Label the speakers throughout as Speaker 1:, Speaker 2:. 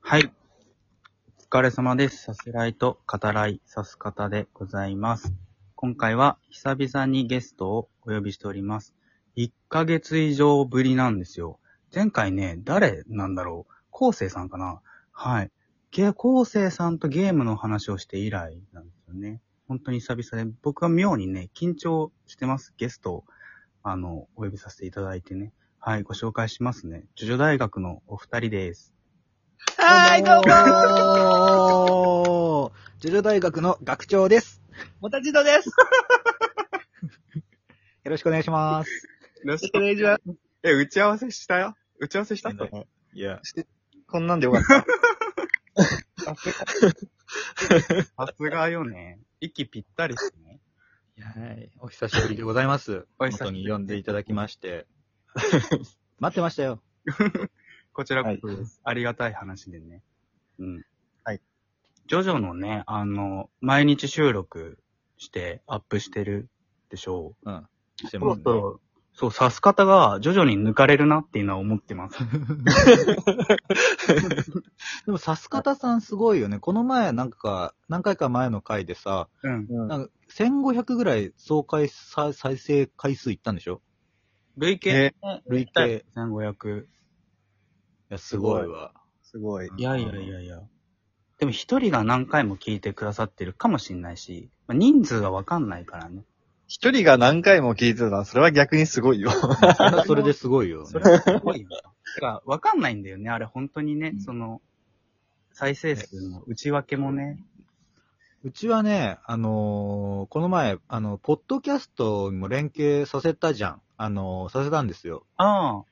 Speaker 1: はい。お疲れ様です。さすらいと語らい、さす方でございます。今回は久々にゲストをお呼びしております。1ヶ月以上ぶりなんですよ。前回ね、誰なんだろう。昴生さんかなはい。ゲ、昴生さんとゲームの話をして以来なんですよね。本当に久々で、僕は妙にね、緊張してます。ゲストを、あの、お呼びさせていただいてね。はい、ご紹介しますね。ジョジョ大学のお二人です。
Speaker 2: はい、どうも
Speaker 3: どうもー ジョジョ大学の学長です。
Speaker 2: もたじど です。
Speaker 3: よろしくお願いします。
Speaker 1: よろ
Speaker 2: よろしくお願いします。
Speaker 1: え、打ち合わせしたよ打ち合わせしたと
Speaker 3: いや、
Speaker 2: こんなんでよかっ
Speaker 1: さ
Speaker 2: た。
Speaker 1: すがよね。息ぴったりしてね。
Speaker 3: はい、お久しぶりでございます。
Speaker 1: お久しぶり
Speaker 3: 本当に呼んでいただきまして。 待ってましたよ。
Speaker 1: こちらこ
Speaker 2: はい
Speaker 1: そです、ありがたい話でね。うん。
Speaker 2: はい。
Speaker 1: ジョジョのね、あの、毎日収録してアップしてるでしょう。
Speaker 3: うん。し
Speaker 1: そ
Speaker 3: て
Speaker 1: ろ
Speaker 3: ますね
Speaker 1: そろ、そう、刺す方が徐々に抜かれるなっていうのは思ってます。
Speaker 3: でも、さす方さんすごいよね。この前、なんか、何回か前の回でさ、
Speaker 1: うん。
Speaker 3: なんか1500ぐらい総回再再生回数いったんでしょ
Speaker 1: 累計、
Speaker 2: え
Speaker 3: 累計。い
Speaker 1: 対1500。
Speaker 3: や、すごいわ。
Speaker 2: すごい。
Speaker 1: いやいやいやいや。でも一人が何回も聞いてくださってるかもしんないし、まあ人数がわかんないからね。
Speaker 2: 一人が何回も聞いてたら、それは逆にすごいよ。
Speaker 3: それは それですごいよ、ね
Speaker 1: そ。れはすごいよ。てか、わかんないんだよね。あれ、本当にね、
Speaker 3: うん
Speaker 1: その、再生数の内訳もね。
Speaker 3: うちはね、あのーこの前、あの、ポッドキャストにも連携させたじゃん。あのーさせたんですよ。
Speaker 1: あ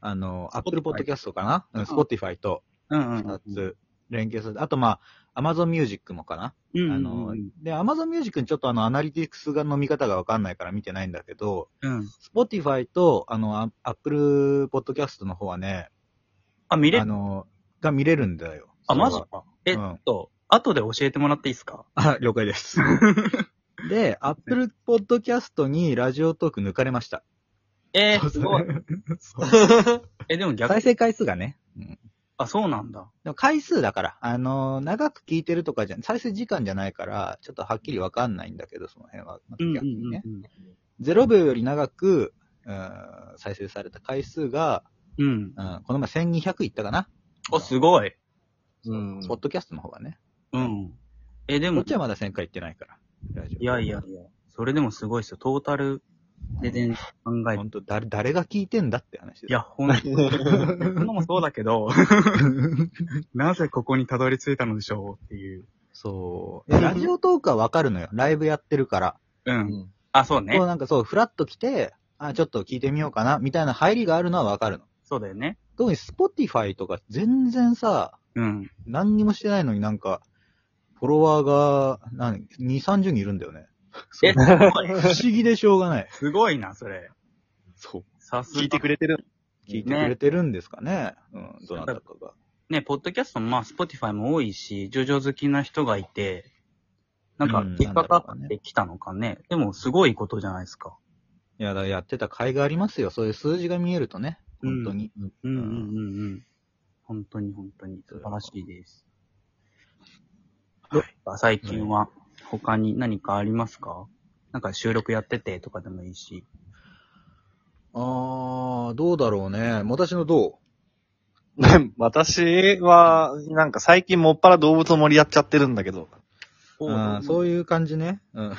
Speaker 3: あの
Speaker 1: Spotify
Speaker 3: ー、Apple ポッドキャストかなうん、
Speaker 1: うん
Speaker 3: Spotify と
Speaker 1: あ、うんうん。
Speaker 3: 2つ連携させて、あとまあ、Amazon Music もかな、
Speaker 1: うん
Speaker 3: あ
Speaker 1: うん
Speaker 3: の
Speaker 1: う
Speaker 3: ー
Speaker 1: ん。
Speaker 3: で、Amazon Music にちょっとあの、アナリティクスが飲み方がわかんないから見てないんだけど、
Speaker 1: うん。
Speaker 3: Spotify と、あの、ア Apple ポッドキャストの方はね、
Speaker 1: あ、見れ
Speaker 3: あ
Speaker 1: る
Speaker 3: のーが見れるんだよ。
Speaker 1: あ、マ
Speaker 3: そ
Speaker 1: ジ
Speaker 3: れは
Speaker 1: か。えっ
Speaker 3: うん
Speaker 1: と、後で教えてもらっていいですか
Speaker 3: あ、了 解です。で、Apple Podcast にラジオトーク抜かれました。
Speaker 1: えー、すごい。 え、でも逆
Speaker 3: 再
Speaker 1: に、
Speaker 3: 生回数がね。うん
Speaker 1: あ、そうなんだ。
Speaker 3: でも回数だから、あのー長く聞いてるとかじゃ、再生時間じゃないから、ちょっとはっきりわかんないんだけど、その辺は。まあ
Speaker 1: うんうん
Speaker 3: 逆にね。
Speaker 1: うん
Speaker 3: 0秒より長く、うん再生された回数が、
Speaker 1: うん。うん。
Speaker 3: うんこの前1200いったかな。
Speaker 1: あ、すごい。
Speaker 2: うん
Speaker 3: ポッドキャストの方はね。
Speaker 1: うん。え、で
Speaker 3: こっ
Speaker 1: も、
Speaker 3: ちはまだ1000回いってないから。ラジオ
Speaker 1: いやいや。いや、それでもすごいっすよ。トータルで全然考えて。
Speaker 3: 本当誰、誰が聞いてんだって話です
Speaker 1: いや、ほんとに。そんなもそうだけど、なぜここにたどり着いたのでしょうっていう。
Speaker 3: そう。でラジオトークはわかるのよ。ライブやってるから。
Speaker 1: う。
Speaker 2: うんん
Speaker 1: あ、そうね
Speaker 3: こう。なんかそう、フラッと来て、あ、ちょっと聞いてみようかな、みたいな入りがあるのはわかるの。
Speaker 1: そうだよね。
Speaker 3: 特に Spotify とか全然さ、
Speaker 1: うん。
Speaker 3: 何にもしてないのになんか、フォロワーが、何、2、30人いるんだよね。
Speaker 1: え、すごい。
Speaker 3: 不思議でしょうがない。
Speaker 1: すごいな、それ。
Speaker 3: そう。
Speaker 1: さすが。
Speaker 2: 聞いてくれてる。
Speaker 3: 聞いてくれてるんですかね。うん、どなたかが。
Speaker 1: ね、ポッドキャストもまあ、Spotify も多いし、ジョジョ好きな人がいて、なんか
Speaker 3: う、ん
Speaker 1: 結果がってきたのかね。でも、すごいことじゃないですか。
Speaker 3: いや、だからやってた甲斐がありますよ。そういう数字が見えるとね。本当に。
Speaker 1: うんうんうんうん。本当に本当に、素晴らしいです。
Speaker 3: は
Speaker 1: 最近は、他に何かありますかなんか収録やっててとかでもいいし。
Speaker 3: あー、どうだろうね。私のどう
Speaker 2: 私は、なんか最近もっぱら動物の森やっちゃってるんだけど。
Speaker 3: あーそうういう感じね。うん。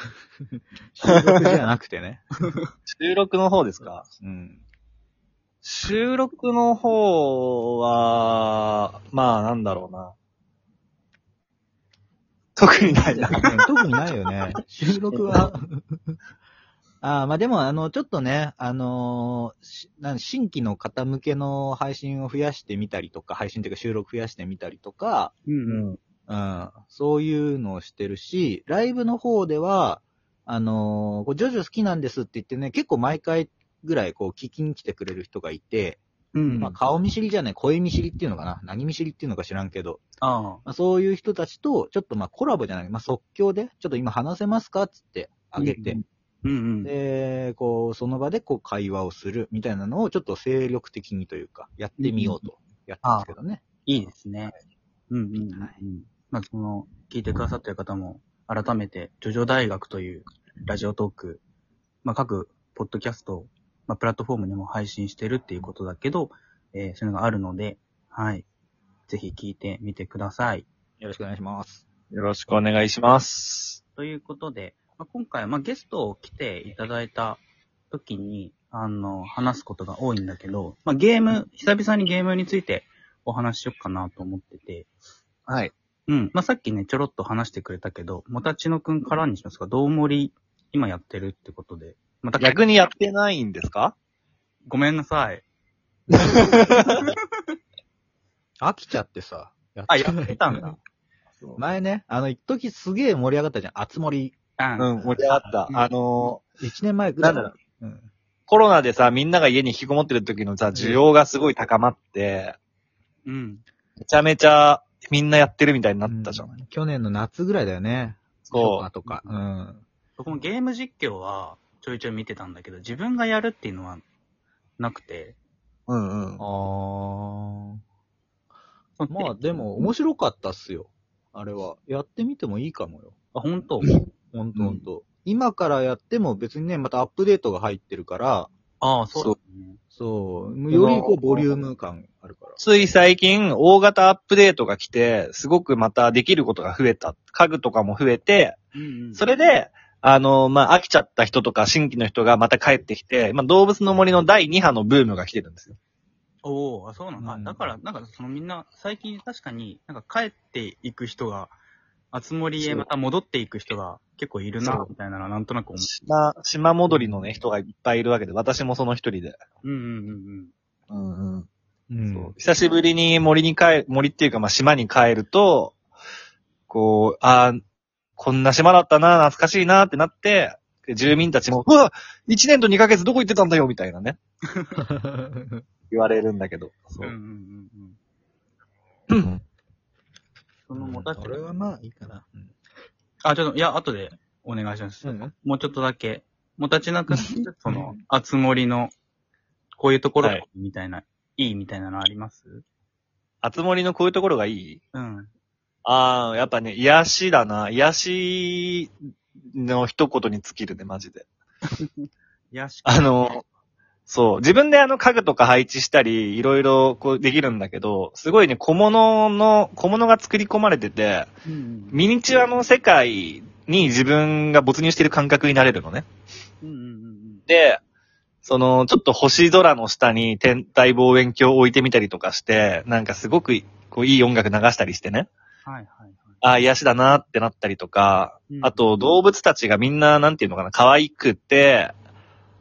Speaker 3: 収録じゃなくてね。
Speaker 2: 収録の方ですか
Speaker 3: うん。
Speaker 2: 収録の方は、まあなんだろうな。特にないな。
Speaker 3: 特にないよね。収録は。 ああ、まあでも、あの、ちょっとね、あのーしなん新規の方向けの配信を増やしてみたりとか、配信というか収録増やしてみたりとか、
Speaker 1: うんうん。
Speaker 3: うん、そういうのをしてるし、ライブの方では、あのーこうジョジョ好きなんですって言ってね、結構毎回ぐらいこう聞きに来てくれる人がいて、
Speaker 1: うん。
Speaker 3: まあ、顔見知りじゃない、声見知りっていうのかな。何見知りっていうのか知らんけど、
Speaker 1: あ
Speaker 3: まあ、そういう人たちと、ちょっとまあコラボじゃない、まあ即興で、ちょっと今話せますかっつって
Speaker 1: あ。
Speaker 3: あげて、。
Speaker 1: うんうん。
Speaker 3: で、こう、その場でこう会話をするみたいなのをちょっと精力的にというか、やってみようと、やったんですけどね。
Speaker 1: いいですね。うんうんうんうん。
Speaker 3: はい
Speaker 1: まあ、その、聞いてくださってる方も、改めて、ジョジョ大学というラジオトーク、まあ、各、ポッドキャスト、まあ、プラットフォームにも配信してるっていうことだけど、えー、そういうのがあるので、はい。ぜひ聞いてみてください。
Speaker 3: よろしくお願いします。
Speaker 2: よろしくお願いします。
Speaker 1: ということで、まあ、今回は、まあ、ゲストを来ていただいた時に、あの、話すことが多いんだけど、まあ、ゲーム、久々にゲームについてお話ししよっかなと思ってて、
Speaker 3: はい。
Speaker 1: うん。まあ、さっきね、ちょろっと話してくれたけど、もたちのくんからにしますか、どうもり、今やってるってことで。また、
Speaker 2: 逆にやってないんですか
Speaker 1: ごめんなさい。
Speaker 3: 飽きちゃってさ。や
Speaker 1: あ、
Speaker 3: て
Speaker 1: や
Speaker 3: ない
Speaker 1: ってたん だ。
Speaker 3: 前ね、あの、一時すげえ盛り上がったじゃん。あつ森。
Speaker 1: うん。
Speaker 2: うん、盛り上がった
Speaker 1: う。ん
Speaker 2: あの
Speaker 3: 一年前ぐらい。
Speaker 2: なんだろ
Speaker 3: う。ん。
Speaker 2: ー、コロナでさ、みんなが家に引きこもってる時のさ、需要がすごい高まって、
Speaker 1: うん。
Speaker 2: めちゃめちゃみんなやってるみたいになったじゃん。
Speaker 3: うん去年の夏ぐらいだよね。
Speaker 2: そう
Speaker 3: 初夏とか。うん。
Speaker 1: 僕もゲーム実況は、ちょいちょい見てたんだけど、自分がやるっていうのは、なくて。
Speaker 2: うんうん。
Speaker 3: あー。まあでも、面白かったっすよ。あれは。やってみてもいいかもよ。
Speaker 1: あ、本当
Speaker 3: ほんとほんと。今からやっても別にね、またアップデートが入ってるから、
Speaker 1: ああ、そうだね。
Speaker 3: そう、よりこうボリューム感あるから。
Speaker 2: つい最近、大型アップデートが来て、すごくまたできることが増えた。家具とかも増えて、
Speaker 1: うんうん。
Speaker 2: それで、あの、まあ、飽きちゃった人とか新規の人がまた帰ってきて、まあ、動物の森の第2波のブームが来てるんですよ。
Speaker 1: おおあ、そうなんだ。あ
Speaker 3: うん
Speaker 1: だから、なんか、そのみんな、最近確かに、なんか帰っていく人が、あつ森へまた戻っていく人が結構いるな
Speaker 2: そ、
Speaker 1: みたいなのはなんとなく思
Speaker 2: 島、島戻りのね、人がいっぱいいるわけで、私もその一人で。
Speaker 1: う。うんうんうんうん。
Speaker 2: うんうん。
Speaker 3: うん
Speaker 2: そう久しぶりに森に帰、森っていうか、まあ、島に帰ると、こう、あーこんな島だったな、懐かしいなってなって、で住民たちも、うわ !1 年と2ヶ月どこ行ってたんだよみたいなね、言われるんだけど。そ
Speaker 1: うんうんう
Speaker 2: う。
Speaker 1: んうん。
Speaker 2: うん
Speaker 1: そのもたち、
Speaker 3: これはまあいいかな。
Speaker 1: あ、ちょっと、いや、後でお願いします。
Speaker 3: うん。
Speaker 1: もうちょっとだけ。もたちなくん、その、あつ森の、こういうところ
Speaker 2: はい、
Speaker 1: みたいな、いいみたいなのあります
Speaker 2: あつ森のこういうところがいい
Speaker 1: うん。
Speaker 2: ああ、やっぱね、癒しだな。癒しの一言に尽きるね、マジで。
Speaker 1: いや、しか
Speaker 2: あの、そう。自分であの家具とか配置したり、いろいろこうできるんだけど、すごいね、小物の、小物が作り込まれてて、
Speaker 1: うん
Speaker 2: ミニチュアの世界に自分が没入してる感覚になれるのね。
Speaker 1: うんうんうん
Speaker 2: で、その、ちょっと星空の下に天体望遠鏡を置いてみたりとかして、なんかすごくいいこういい音楽流したりしてね。
Speaker 1: うん。はいはいはい。
Speaker 2: ああ、癒しだなってなったりとか、
Speaker 1: うん
Speaker 2: あ、と、動物たちがみんな、なんていうのかな、可愛くて、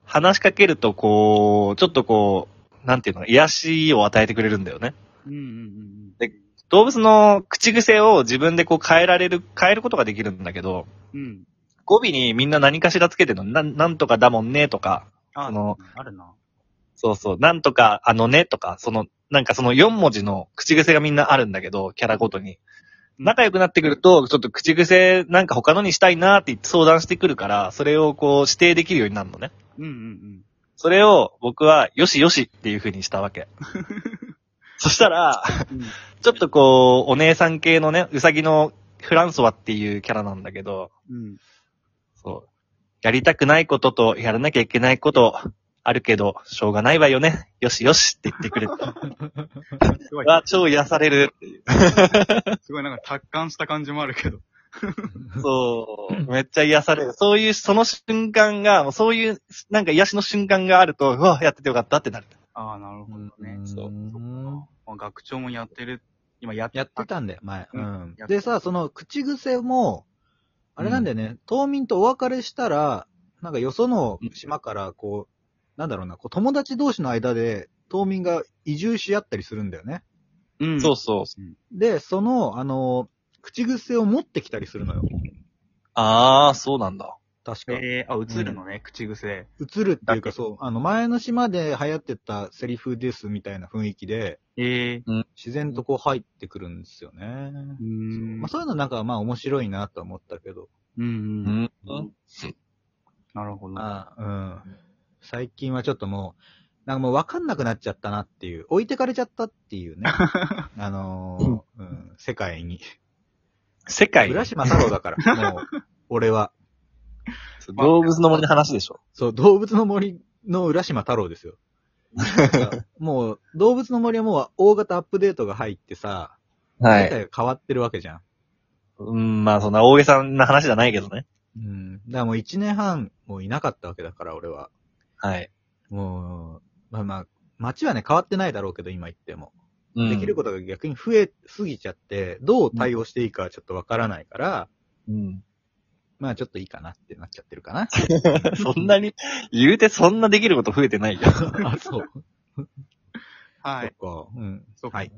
Speaker 2: 話しかけると、こう、ちょっとこう、なんていうのかな、癒しを与えてくれるんだよね。
Speaker 1: うんうんうん
Speaker 2: 動物の口癖を自分でこう変えられる、変えることができるんだけど、
Speaker 1: うん。うん。
Speaker 2: 語尾にみんな何かしらつけてるの、なん、なんとかだもんね、とか、
Speaker 1: あ
Speaker 2: あの、
Speaker 1: あるな。
Speaker 2: そうそう、なんとかあのね、とか、その、なんかその4文字の口癖がみんなあるんだけど、キャラごとに。仲良くなってくると、ちょっと口癖なんか他のにしたいなって言って相談してくるから、それをこう指定できるようになるのね。
Speaker 1: うんうんうん。
Speaker 2: それを僕は、よしよしっていう風にした わけ。そしたら、
Speaker 1: うん
Speaker 2: ちょっとこう、お姉さん系のね、うさぎのフランソワっていうキャラなんだけど、
Speaker 1: うん。
Speaker 2: そう。やりたくないことと、やらなきゃいけないこと、あるけど、しょうがないわよね。よしよしって言ってくれた。
Speaker 1: すごい、
Speaker 2: あ超癒されるっていう。
Speaker 1: すごいなんか達観した感じもあるけど。
Speaker 2: そう。めっちゃ癒される。そういう、その瞬間が、もうそういう、なんか癒しの瞬間があると、うわ、やっててよかったってなる。
Speaker 1: ああ、なるほどね。
Speaker 2: そう
Speaker 3: うん
Speaker 1: まあ学長もやってる。今やっ
Speaker 3: やってたんだよ、前。
Speaker 1: う
Speaker 3: うんん。でさ、その口癖も、あれなんだよね、島民とお別れしたら、なんかよその島から、こう、なんだろうな、こう友達同士の間で、島民が移住し合ったりするんだよね。
Speaker 1: うん。
Speaker 2: そうそう。
Speaker 3: で、その、あの、口癖を持ってきたりするのよ。
Speaker 2: ああ、そうなんだ。
Speaker 3: 確か。
Speaker 1: えー、あ、映るのね、口癖。
Speaker 3: 映るっていう
Speaker 1: だけ
Speaker 3: か、そう、あの、前の島で流行ってたセリフですみたいな雰囲気で、
Speaker 1: えー。
Speaker 3: 自然とこう入ってくるんですよね。
Speaker 1: うー
Speaker 3: そうんまあ、そういうのなんかまあ面白いなとは思ったけど。
Speaker 1: うん
Speaker 2: う
Speaker 1: うん。
Speaker 2: ん。
Speaker 1: なるほど。
Speaker 3: あうん。最近はちょっともう、なんかもうわかんなくなっちゃったなっていう、置いてかれちゃったっていう ね。あのー、うん、世界に。
Speaker 2: 世界
Speaker 3: 浦島太郎だ から、もう、俺は。
Speaker 2: 動物の森の話でしょ。
Speaker 3: そう、動物の森の浦島太郎ですよ。 なんかもう、動物の森はもう大型アップデートが入ってさ、
Speaker 2: は
Speaker 3: 世。界が変わってるわけじゃん。
Speaker 2: うん、まあそんな大げさな話じゃないけどね。
Speaker 3: うん。だからもう一年半もういなかったわけだから、俺は。
Speaker 2: はい。
Speaker 3: もう、まあまあ、街はね、変わってないだろうけど、今言っても。
Speaker 2: うん
Speaker 3: できることが逆に増えすぎちゃって、どう対応していいかはちょっとわからないから、
Speaker 2: うん。
Speaker 3: まあちょっといいかなってなっちゃってるかな。
Speaker 2: そんなに、言うてそんなできること増えてないよ。
Speaker 3: あ、 そう。
Speaker 1: はい。
Speaker 3: そっか。うん。
Speaker 1: そっか
Speaker 3: はい。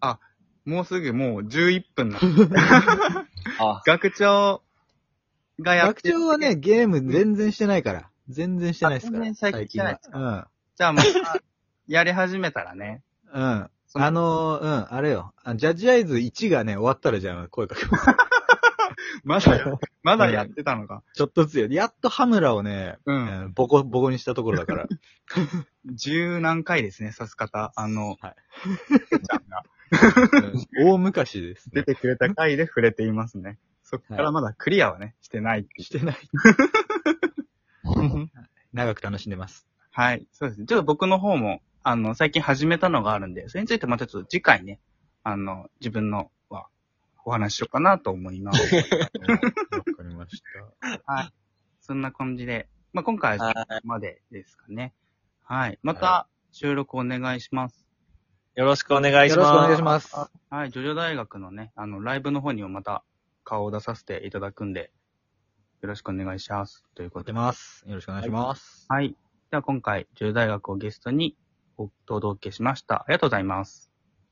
Speaker 1: あ、もうすぐもう11分なの。
Speaker 2: あ、
Speaker 1: 学長がやっ
Speaker 3: 学
Speaker 1: てる
Speaker 3: 長はね、ゲーム全然してないから。全然してないですか
Speaker 1: あ
Speaker 3: ら。
Speaker 1: 全然最近してないです
Speaker 3: は
Speaker 1: じゃあまた、やり始めたらね。
Speaker 3: うん。うん。
Speaker 1: そ
Speaker 3: あ、のー、うん、あれよ。あジャッジアイズ1がね、終わったらじゃあ声かけます。
Speaker 1: ま だ、まだやってたのか。
Speaker 3: ちょっとずつよ。やっとハムラをね、
Speaker 1: う。
Speaker 3: うんん、ボコボコにしたところだから。
Speaker 1: 十何回ですね、さす方。あの、
Speaker 3: はい
Speaker 1: てっちゃんが
Speaker 3: うん大昔です
Speaker 1: 出
Speaker 3: ね。
Speaker 1: てくれた回で触れていますね。そっからまだクリアはね、してないっていう
Speaker 3: してない。長く楽しんでます。
Speaker 1: はい。そうですね。ちょっと僕の方も、あの、最近始めたのがあるんで、それについてまたちょっと次回ね、あの、自分のは、お話ししようかなと思い ます。
Speaker 3: うんわかりました。
Speaker 1: はい。そんな感じで、まあ、今回はここまでですかね。はい。また、収録お願いします。
Speaker 2: よろしくお願いします。
Speaker 3: よろしくお願いします。
Speaker 1: はい。ジョジョ大学のね、あの、ライブの方にもまた、顔を出させていただくんで、よろしくお願いします。というこ
Speaker 3: 待っ
Speaker 1: とで
Speaker 3: て。ます。よろしくお願いします。
Speaker 1: はい。では今回、ジョジョ大学をゲストにお届けしました。ありがとうございます。